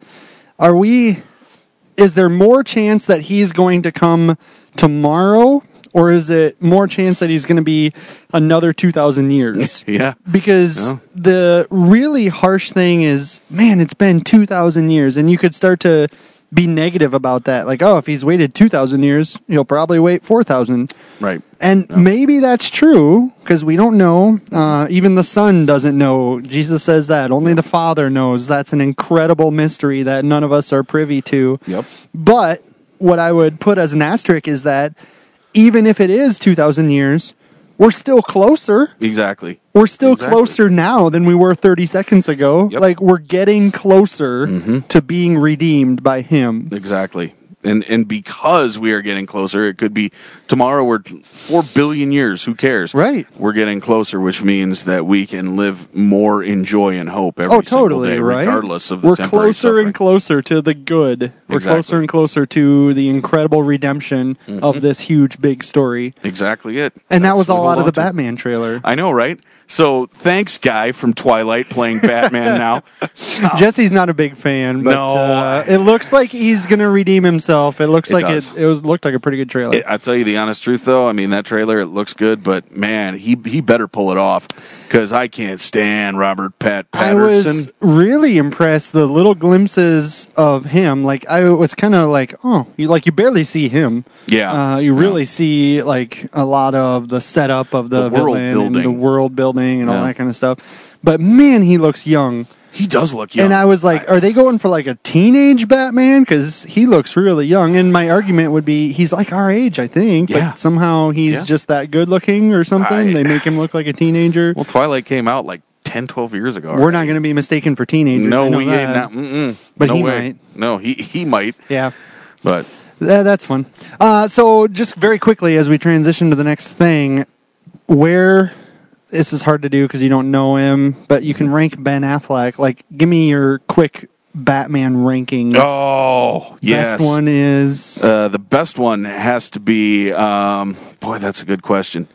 S2: Are we, is there more chance that he's going to come tomorrow, or is it more chance that he's going to be another 2,000 years?
S1: Yeah.
S2: because
S1: Yeah.
S2: the really harsh thing is, man, it's been 2,000 years, and you could start to be negative about that. Like, oh, if he's waited 2,000 years, he'll probably wait 4,000.
S1: Right.
S2: And maybe that's true because we don't know. Uh, even the Son doesn't know. Jesus says that. Only the Father knows. That's an incredible mystery that none of us are privy to.
S1: Yep.
S2: But what I would put as an asterisk is that even if it is 2,000 years, we're still closer.
S1: Exactly.
S2: We're still
S1: Exactly.
S2: closer now than we were 30 seconds ago.
S1: Yep. Mm-hmm.
S2: Like, we're getting closer to being redeemed by Him.
S1: Exactly. And and because we are getting closer, it could be tomorrow we're four billion years. Who cares?
S2: Right.
S1: We're getting closer, which means that we can live more in joy and hope every
S2: Oh,
S1: single
S2: totally,
S1: day,
S2: right?
S1: regardless of the
S2: we're
S1: temporary
S2: closer
S1: suffering.
S2: and closer to the good. We're
S1: Exactly.
S2: closer and closer to the incredible redemption of this huge big story.
S1: exactly it.
S2: And that
S1: That's
S2: was
S1: what
S2: all
S1: we
S2: out of the
S1: want to.
S2: Batman trailer.
S1: I know, right? So thanks, guy from Twilight playing Batman now.
S2: Jesse's not a big fan, but
S1: Ah. No,
S2: uh,
S1: I-
S2: it looks like he's going to redeem himself. It looks
S1: It
S2: like
S1: does.
S2: it. It was looked like a pretty good trailer.
S1: I tell you the honest truth, though. I mean, that trailer it looks good, but man, he he better pull it off because I can't stand Robert Pat
S2: I
S1: Patterson.
S2: was really impressed. The little glimpses of him, like I was kind of like, oh, you like you barely see him.
S1: Yeah.
S2: uh, you really see like a lot of the setup of the,
S1: The world
S2: villain
S1: building.
S2: and the world building and all
S1: Yeah.
S2: that kind of stuff. But man, he looks young.
S1: he does look young.
S2: And I was like, are they going for like a teenage Batman? Because he looks really young. And my argument would be, he's like our age, I think.
S1: Yeah.
S2: But somehow he's
S1: Yeah.
S2: just that good looking or something.
S1: I-
S2: they make him look like a teenager.
S1: Well, Twilight came out like 10, 12 years ago.
S2: We're not going to be mistaken for teenagers.
S1: No,
S2: I know
S1: we
S2: that.
S1: ain't not. Mm-mm.
S2: But
S1: no
S2: he
S1: way.
S2: might.
S1: No, he he might.
S2: Yeah.
S1: But
S2: Tha- that's fun. Uh, so, just very quickly as we transition to the next thing, where this is hard to do because you don't know him, but you can rank Ben Affleck. Like, give me your quick Batman rankings.
S1: oh yes,
S2: Best one is
S1: Uh, the best one has to be. Um, boy, that's a good question.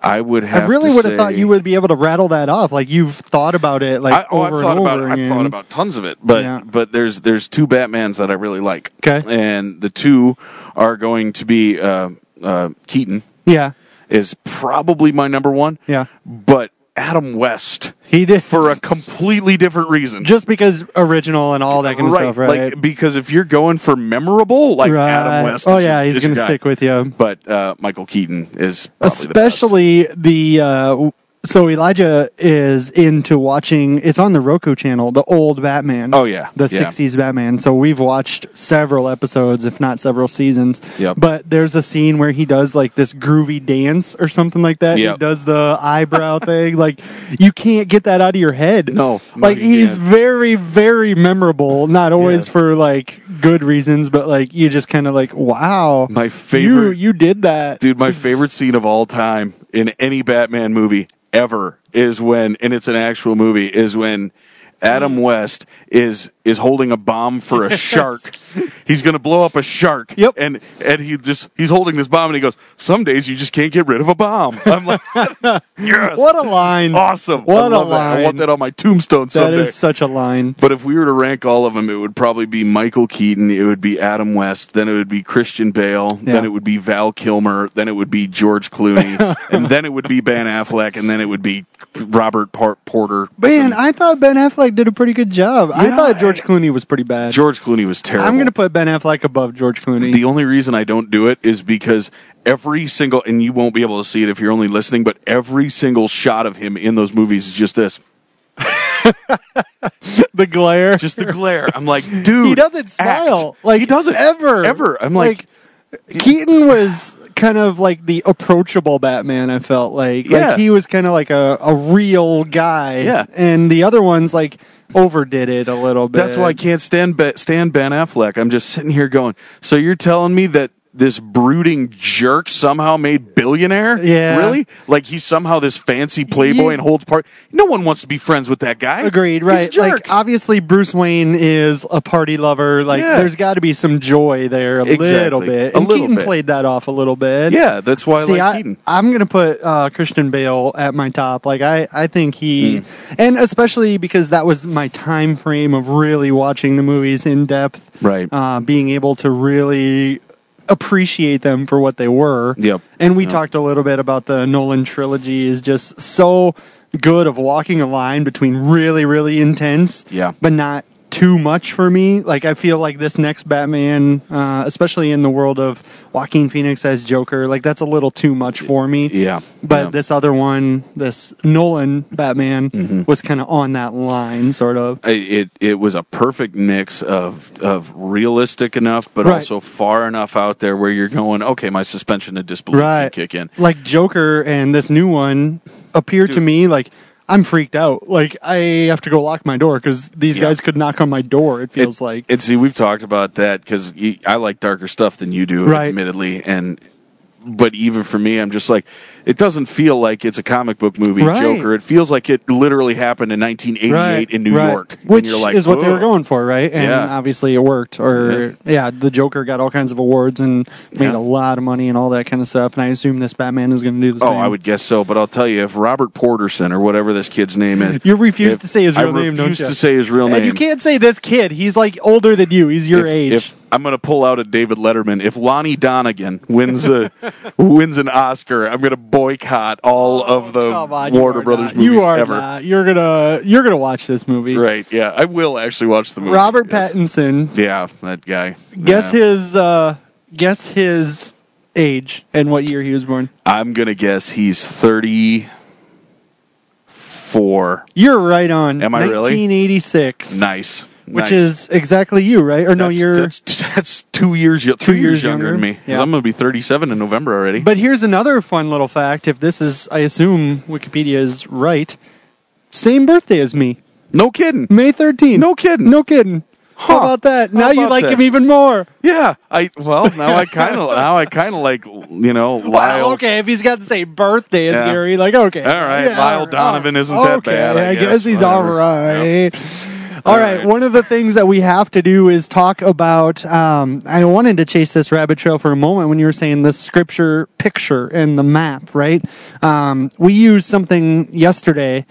S1: I would have.
S2: I really
S1: to
S2: would have
S1: say-
S2: thought you would be able to rattle that off. Like you've thought about it, like
S1: I, oh, I've
S2: over
S1: thought
S2: and
S1: about
S2: over
S1: I've
S2: again.
S1: thought about tons of it, but
S2: Yeah.
S1: but there's there's two Batmans that I really like.
S2: 'Kay.
S1: and the two are going to be uh, uh, Keaton
S2: Yeah,
S1: is probably my number one.
S2: yeah.
S1: but Adam West
S2: He did
S1: for a completely different reason.
S2: just because original and all that kind of stuff, right?
S1: Like because if you're going for memorable, like
S2: right.
S1: Adam West.
S2: Oh
S1: is
S2: yeah,
S1: your-
S2: he's
S1: is your
S2: going to
S1: guy.
S2: stick with you.
S1: But uh, Michael Keaton is probably the best.
S2: especially the, uh, w- so Elijah is into watching. It's on the Roku channel, the old Batman.
S1: Oh, yeah.
S2: the
S1: Yeah.
S2: '60s Batman. So we've watched several episodes, if not several seasons.
S1: Yep.
S2: But there's a scene where he does like this groovy dance or something like that. He
S1: Yep.
S2: does the eyebrow thing. Like you can't get that out of your head.
S1: No, no,
S2: like
S1: you
S2: he's
S1: can't.
S2: very, very memorable. Not always
S1: Yeah.
S2: for like good reasons, but like you just kind of like, wow,
S1: My favorite
S2: you you did that.
S1: Dude, my favorite scene of all time in any Batman movie ever is when, and it's an actual movie, is when Adam West is is holding a bomb for a shark. He's gonna blow up a shark.
S2: Yep.
S1: And and he just he's holding this bomb and he goes, Some days you just can't get rid of a bomb. I'm like Yes.
S2: What a line!
S1: awesome. I
S2: What a
S1: love that. I
S2: line.
S1: want that on my tombstone
S2: That
S1: someday.
S2: is such a line.
S1: But if we were to rank all of them, it would probably be Michael Keaton, it would be Adam West, then it would be Christian Bale,
S2: Yeah.
S1: then it would be Val Kilmer, then it would be George Clooney, and then it would be Ben Affleck, and then it would be Robert Par- Porter.
S2: Man, I thought Ben Affleck did a pretty good job. I
S1: Yeah,
S2: thought George
S1: I-
S2: Clooney was pretty bad.
S1: George Clooney was terrible.
S2: I'm going to put Ben Affleck above George Clooney.
S1: the only reason I don't do it is because every single, and you won't be able to see it if you're only listening, but every single shot of him in those movies is just this,
S2: the glare.
S1: just the glare. I'm like, dude,
S2: he doesn't
S1: act.
S2: smile. Like he doesn't ever,
S1: ever. I'm like-
S2: Keaton was kind of like the approachable Batman. I felt like
S1: Yeah.
S2: like he was kind of like a, a real guy.
S1: Yeah.
S2: and the other ones like overdid it a little bit.
S1: That's why I can't stand Be- stand Ben Affleck. I'm just sitting here going. So you're telling me that this brooding jerk somehow made billionaire?
S2: Yeah.
S1: really? Like he's somehow this fancy playboy
S2: You-
S1: and holds part. No one wants to be friends with that guy.
S2: Agreed,
S1: He's a
S2: right?
S1: jerk.
S2: Like obviously Bruce Wayne is a party lover. Like
S1: Yeah.
S2: there's got to be some joy there a
S1: Exactly.
S2: little bit.
S1: A
S2: And
S1: little
S2: Keaton
S1: bit.
S2: played that off a little bit.
S1: yeah, that's why I like Keaton.
S2: am gonna put uh, Christian Bale at my top. Like I, I think he,
S1: Mm.
S2: and especially because that was my time frame of really watching the movies in depth,
S1: Right.
S2: Uh, being able to really appreciate them for what they were.
S1: Yep.
S2: And we talked a little bit about the Nolan trilogy is just so good of walking a line between really, really intense,
S1: Yeah.
S2: but not too much for me. Like I feel like this next Batman, uh, especially in the world of Joaquin Phoenix as Joker, like that's a little too much for me.
S1: Yeah,
S2: But
S1: yeah.
S2: this other one, this Nolan Batman,
S1: Mm-hmm.
S2: was kind of on that line, sort of.
S1: I- it it was a perfect mix of of realistic enough, but
S2: Right.
S1: also far enough out there where you're going. Okay, my suspension of disbelief
S2: Right.
S1: can kick in.
S2: Like Joker and this new one appear to
S1: Dude.
S2: me like I'm freaked out. Like I have to go lock my door because these
S1: Yeah.
S2: guys could knock on my door. It feels
S1: It-
S2: like
S1: And see, we've talked about that because I like darker stuff than you do,
S2: Right.
S1: admittedly. And but even for me, I'm just like, it doesn't feel like it's a comic book movie,
S2: Right.
S1: Joker. It feels like it literally happened in 1988 in New
S2: right.
S1: York,
S2: which
S1: and you're like,
S2: is what they
S1: "Whoa."
S2: were going for, right? And
S1: Yeah.
S2: obviously it worked. Or yeah. the Joker got all kinds of awards and made
S1: Yeah.
S2: a lot of money and all that kind of stuff. And I assume this Batman is going to do the
S1: Oh,
S2: same.
S1: I would guess so. But I'll tell you, if Robert Porterson or whatever this kid's name is,
S2: You refuse
S1: if-
S2: to say his real
S1: I
S2: name, don't
S1: refuse
S2: you?
S1: to say his real name.
S2: And you can't say this kid. He's like older than you. He's your
S1: if,
S2: age.
S1: if- I'm going to pull out a David Letterman, if Lonnie Donegan wins a wins an Oscar, I'm going to boycott all of the
S2: Oh, Come on, you
S1: Warner
S2: are
S1: Brothers
S2: not.
S1: movies
S2: You are
S1: ever.
S2: not. You're gonna you're gonna watch this movie.
S1: Right? Yeah, I will actually watch the movie.
S2: Robert
S1: Mm. Yes.
S2: Pattinson.
S1: Yeah, that guy.
S2: Guess
S1: Yeah.
S2: his uh, guess his age and what year he was born.
S1: I'm going to guess he's 34.
S2: You're right on.
S1: Am I really?
S2: 1986.
S1: Nice.
S2: Which
S1: Nice.
S2: is exactly you, right? Or no,
S1: That's-
S2: you're.
S1: that's, that's two years, yo- three years
S2: years
S1: younger,
S2: younger?
S1: than me. 'Cause
S2: Yeah.
S1: I'm going to be 37 in November already.
S2: But here's another fun little fact. If this is, I assume Wikipedia is right. Same birthday as me,
S1: no kidding.
S2: May 13th.
S1: No kidding.
S2: No kidding. How
S1: Huh.
S2: about that?
S1: How
S2: now you
S1: about
S2: like
S1: that?
S2: him even more.
S1: Yeah, I well now I kind of now I kind of like you know Lyle.
S2: Well, okay, if he's got the same birthday as
S1: Yeah.
S2: Gary, like okay,
S1: All right,
S2: Yeah,
S1: Lyle
S2: all right,
S1: Donovan
S2: all
S1: isn't
S2: right.
S1: that bad, I
S2: guess,
S1: guess,
S2: he's all
S1: whatever.
S2: right. All
S1: All
S2: right.
S1: right.
S2: One of the things that we have to do is talk about. Um, I wanted to chase this rabbit trail for a moment when you were saying the scripture picture and the map, right? Um, we used something yesterday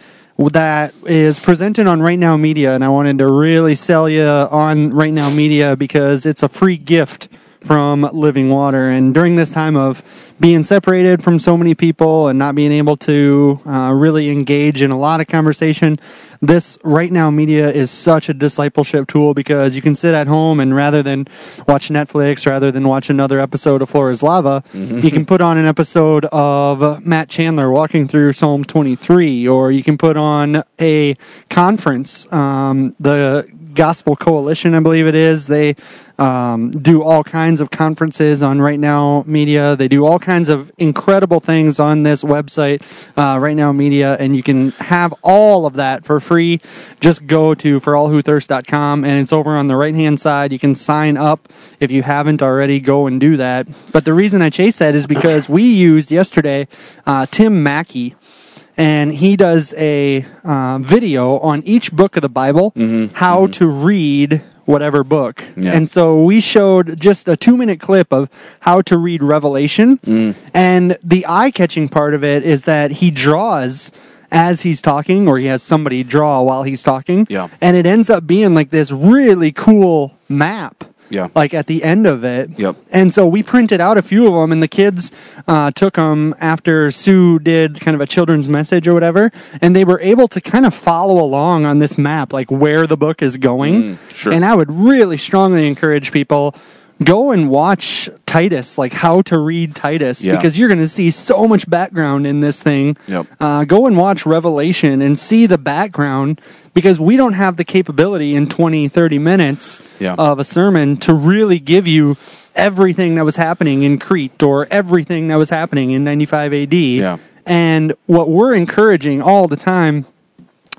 S2: that is presented on Right Now Media, and I wanted to really sell you on Right Now Media because it's a free gift from Living Water. And during this time of being separated from so many people and not being able to uh, really engage in a lot of conversation. This right now media is such a discipleship tool because you can sit at home and rather than watch Netflix, rather than watch another episode of Flora's Lava, you can put on an episode of Matt Chandler walking through Psalm 23, or you can put on a conference. Um, the Gospel Coalition, I believe it is, they um, do all kinds of conferences on Right Now Media. They do all kinds of incredible things on this website, uh, Right Now Media, and you can have all of that for free. Just go to forallwhothirst.com, and it's over on the right hand side. You can sign up if you haven't already. Go and do that. But the reason I chase that is because we used yesterday uh, Tim Mackey and he does a uh, video on each book of the Bible, how to read whatever book.
S1: Mm-hmm. Yeah.
S2: And so we showed just a two minute clip of how to read Revelation.
S1: Mm.
S2: And the eye catching part of it is that he draws as he's talking, or he has somebody draw while he's talking.
S1: Yeah.
S2: And it ends up being like this really cool map
S1: Yeah.
S2: like at the end of it.
S1: Yep.
S2: And so we printed out a few of them, and the kids uh, took them after Sue did kind of a children's message or whatever, and they were able to kind of follow along on this map, like where the book is going.
S1: Mm, sure.
S2: And I would really strongly encourage people go and watch Titus, like how to read Titus,
S1: Yeah.
S2: because you're going to see so much background in this thing.
S1: Yep.
S2: Uh, go and watch Revelation and see the background because we don't have the capability in 20, 30 minutes
S1: Yeah.
S2: of a sermon to really give you everything that was happening in Crete or everything that was happening in 95 AD.
S1: Yeah.
S2: And what we're encouraging all the time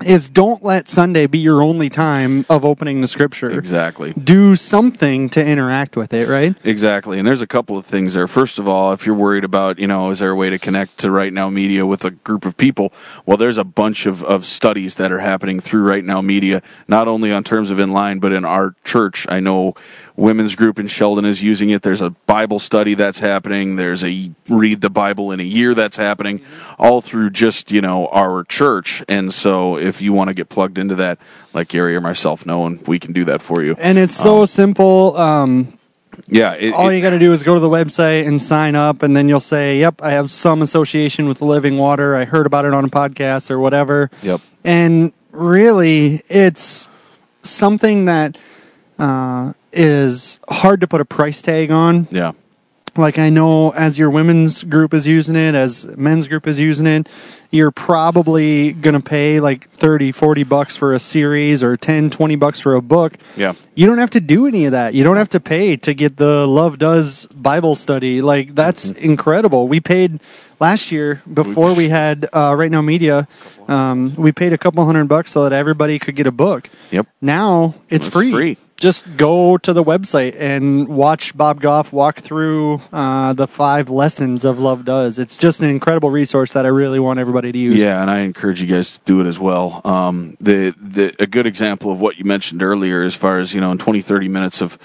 S2: is don't let Sunday be your only time of opening the scripture.
S1: Exactly.
S2: Do something to interact with it, right?
S1: Exactly. And there's a couple of things there. First of all, if you're worried about, you know, is there a way to connect to Right Now Media with a group of people? Well, there's a bunch of, of studies that are happening through Right Now Media, not only on terms of inline, but in our church. I know women's group in Sheldon is using it. There's a Bible study that's happening. There's a read the Bible in a year that's happening all through just, you know, our church. And so if you want to get plugged into that, like Gary or myself know, and we can do that for you.
S2: And it's so simple. Um,
S1: Yeah. It,
S2: all
S1: it-
S2: you got to do is go to the website and sign up, and then you'll say, "Yep, I have some association with Living Water. I heard about it on a podcast or whatever."
S1: Yep.
S2: And really, it's something that uh, is hard to put a price tag on
S1: Yeah.
S2: like I know as your women's group is using it, as men's group is using it, you're probably going to pay like 30, 40 bucks for a series or 10, 20 bucks for a book.
S1: Yeah.
S2: You don't have to do any of that. You don't have to pay to get the Love Does Bible study. Like that's
S1: Mm-hmm.
S2: incredible. We paid last year before we had uh, Right Now Media. Um, we paid a couple hundred bucks so that everybody could get a book.
S1: Yep.
S2: Now it's,
S1: It's
S2: free.
S1: free.
S2: Just go to the website and watch Bob Goff walk through uh, the five lessons of Love Does. It's just an incredible resource that I really want everybody to use.
S1: Yeah, and I encourage you guys to do it as well. Um, the the a good example of what you mentioned earlier, as far as you know, in 20, 30 minutes of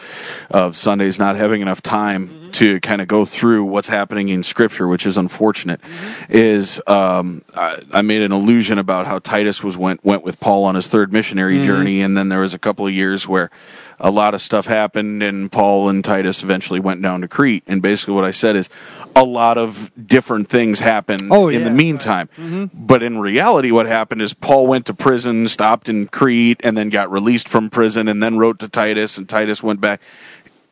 S1: of Sundays, not having enough time to kind of go through what's happening in Scripture, which is unfortunate, is um, I, I made an allusion about how Titus was went went with Paul on his third missionary journey, and then there was a couple of years where a lot of stuff happened and Paul and Titus eventually went down to Crete and basically what I said is a lot of different things happened
S2: Oh,
S1: in the
S2: yeah. Mm-hmm.
S1: meantime. But in reality, what happened is Paul went to prison, stopped in Crete, and then got released from prison, and then wrote to Titus, and Titus went back.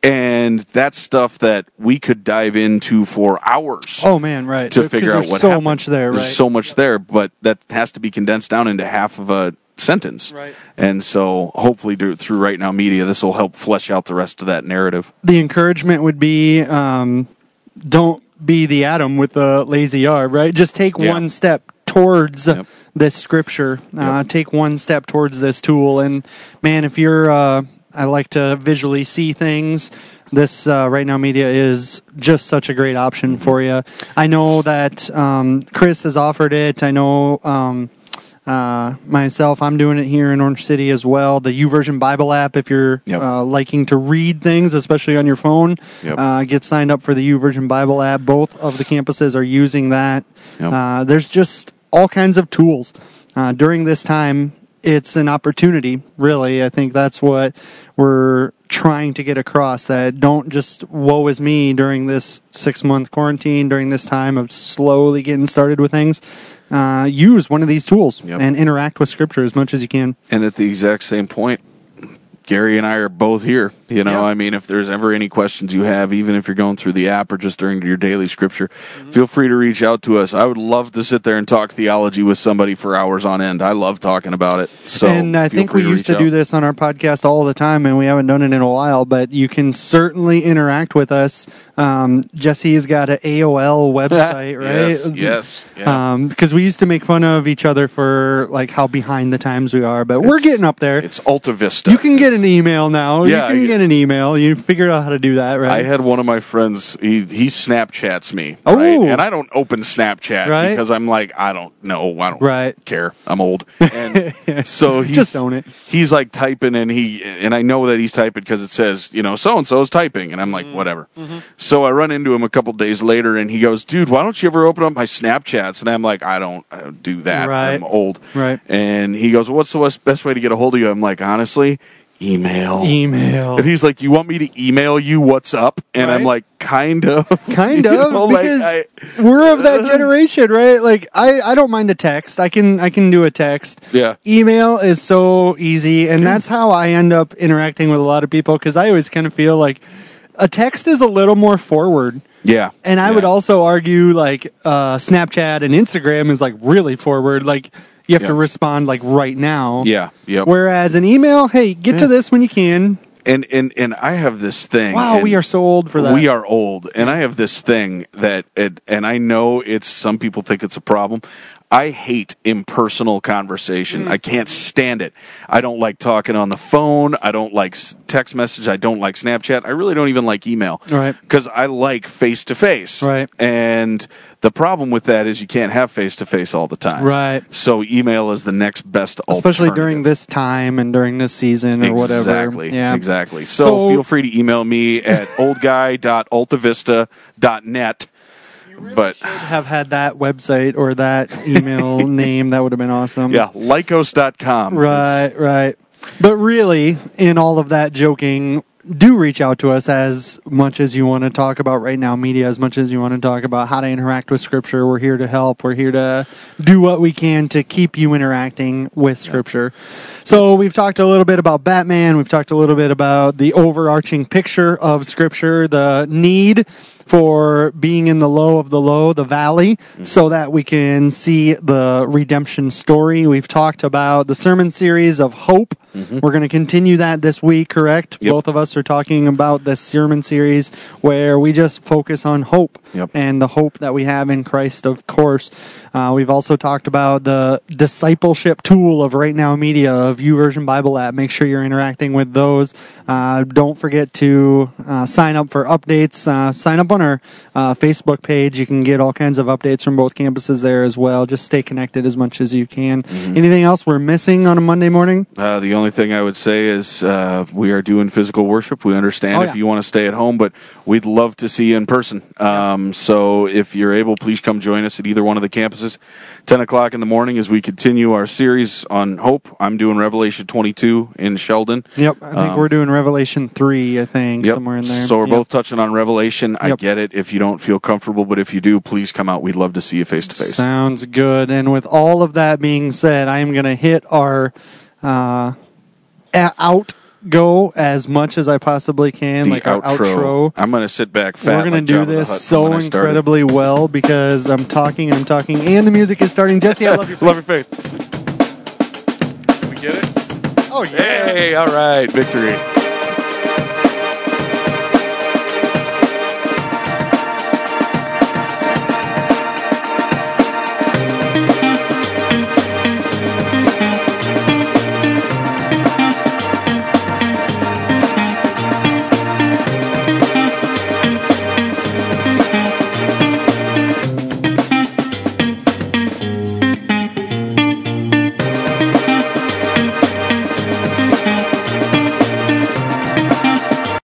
S1: And that's stuff that we could dive into for hours
S2: Oh man, right.
S1: to
S2: Because
S1: figure out
S2: there's
S1: what
S2: so
S1: happened.
S2: much there, right?
S1: There's so much there, but that has to be condensed down into half of a sentence.
S2: Right.
S1: And so, hopefully, do- through right now media, this will help flesh out the rest of that narrative.
S2: the encouragement would be um, don't be the atom with the lazy arm, right? Just take
S1: Yeah.
S2: one step towards
S1: Yep.
S2: this scripture. Uh, take one step towards this tool. And man, if you're, uh, I like to visually see things. This uh, right now media is just such a great option
S1: Mm-hmm.
S2: for you. I know that um, Chris has offered it. I know. Um, uh, myself, I'm doing it here in Orange City as well. The YouVersion Bible app, if you're
S1: Yep.
S2: uh, liking to read things, especially on your phone,
S1: Yep.
S2: uh, get signed up for the YouVersion Bible app. Both of the campuses are using that.
S1: Yep.
S2: Uh, there's just all kinds of tools. Uh, during this time, it's an opportunity, really. I think that's what we're trying to get across that don't just woe is me during this six month quarantine during this time of slowly getting started with things uh, use one of these tools
S1: Yep.
S2: and interact with scripture as much as you can
S1: And at the exact same point, Gary and I are both here. You know,
S2: Yeah.
S1: I mean, if there's ever any questions you have, even if you're going through the app or just during your daily scripture,
S2: Mm-hmm.
S1: feel free to reach out to us. I would love to sit there and talk theology with somebody for hours on end. I love talking about it. So,
S2: and I
S1: feel
S2: think
S1: free
S2: we used
S1: reach
S2: to do
S1: out.
S2: this on our podcast all the time, and we haven't done it in a while. But you can certainly interact with us. Um, Jesse's got an AOL website, right? Uh,
S1: Yes, yes, yeah.
S2: Because we used to make fun of each other for like how behind the times we are, but we're
S1: It's-
S2: getting up there.
S1: it's Alta Vista.
S2: You can get an email now.
S1: Yeah,
S2: you
S1: I-
S2: can get an email. You figure out how to do that,
S1: I
S2: right?
S1: had one of my friends. He he Snapchats me,
S2: Oh.
S1: right? And I don't open Snapchat
S2: Right.
S1: because I'm like, I don't know, I don't
S2: Right.
S1: care. I'm old, and so he's,
S2: Just own it.
S1: He's like typing, and he and I know that he's typing because it says, you know, so and so is typing, and I'm like, whatever. So I run into him a couple days later, and he goes, dude, why don't you ever open up my Snapchats? And I'm like, I don't, I don't do that.
S2: Right.
S1: I'm old,
S2: Right.
S1: And he goes, what's the best- best way to get a hold of you? I'm like, honestly, email.
S2: email.
S1: And he's like, "You want me to email you what's up?" And I'm
S2: Right.
S1: like, "Kind of,
S2: kind
S1: You
S2: of
S1: know, like,
S2: because
S1: I-
S2: we're of that generation right like i i don't mind a text i can i can do a text
S1: Yeah.
S2: email is so easy and that's how i end up interacting with a lot of people because i always kind of feel like a text is a little more forward
S1: yeah."
S2: and i
S1: Yeah.
S2: would also argue like uh snapchat and instagram is like really forward like you have to
S1: Yeah.
S2: respond like right now
S1: yeah, yeah.
S2: whereas an email hey get to
S1: Yeah.
S2: this when you can
S1: And and and I have this thing.
S2: wow
S1: and
S2: we are so old for that
S1: We are old, and I have this thing that, it, and I know it's some people think it's a problem. I hate impersonal
S2: Hmm.
S1: conversation. I can't stand it. I don't like talking on the phone. I don't like s- text message. I don't like Snapchat. I really don't even like email.
S2: Right.
S1: Because I like face to face.
S2: Right.
S1: And the problem with that is you can't have face to face all the time.
S2: Right.
S1: So email is the next best
S2: especially during
S1: alternative.
S2: this time and during this season or whatever.
S1: Exactly.
S2: Yeah.
S1: Exactly. So,
S2: So-
S1: feel free to email me at oldguy.altavista.net. but
S2: Should have had that website or that email name. That would have been awesome.
S1: yeah, lycos.com.
S2: Right. Right. But really, in all of that joking, do reach out to us as much as you want to talk about right now media, as much as you want to talk about how to interact with Scripture. We're here to help. We're here to do what we can to keep you interacting with Scripture. So we've talked a little bit about Batman. We've talked a little bit about the overarching picture of Scripture, the need for being in the low of the low, the valley,
S1: Mm-hmm.
S2: so that we can see the redemption story. We've talked about the sermon series of hope. We're going to continue that this week, correct?
S1: Mm-hmm. Yep.
S2: Both of us are talking about the sermon series where we just focus on hope
S1: Yep.
S2: and the hope that we have in Christ, of course. Uh, we've also talked about the discipleship tool of Right Now Media, of YouVersion Bible app. Make sure you're interacting with those. Uh, don't forget to uh, sign up for updates. Uh, sign up on our uh, Facebook page. You can get all kinds of updates from both campuses there as well. Just stay connected as much as you can.
S1: Mm-hmm.
S2: Anything else we're missing on a Monday morning?
S1: Uh, the only thing I would say is uh, we are doing physical worship. We understand
S2: Oh,
S1: if
S2: yeah.
S1: you want to stay at home, but we'd love to see you in person. Um, so if you're able, please come join us at either one of the campuses. 10 o'clock in the morning as we continue our series on hope. I'm doing Revelation 22 in Sheldon.
S2: Yep, I think
S1: Um,
S2: we're doing Revelation 3, I think,
S1: Yep.
S2: somewhere in there.
S1: So we're
S2: Yep.
S1: both touching on Revelation. I
S2: Yep.
S1: get it if you don't feel comfortable, but if you do, please come out. We'd love to see you face to face.
S2: Sounds good. And with all of that being said, I am going to hit our uh, a- out go as much as I possibly can,
S1: The
S2: like our outro.
S1: I'm going to sit back fat.
S2: We're going
S1: like
S2: to
S1: Jabba
S2: do
S1: the Hutt
S2: this
S1: from when
S2: so
S1: I started.
S2: incredibly well because I'm talking, I'm talking, and the music is starting. Jesse, I love you.
S1: Love your faith. We get it?
S2: Oh, yeah.
S1: Hey, all right. Victory.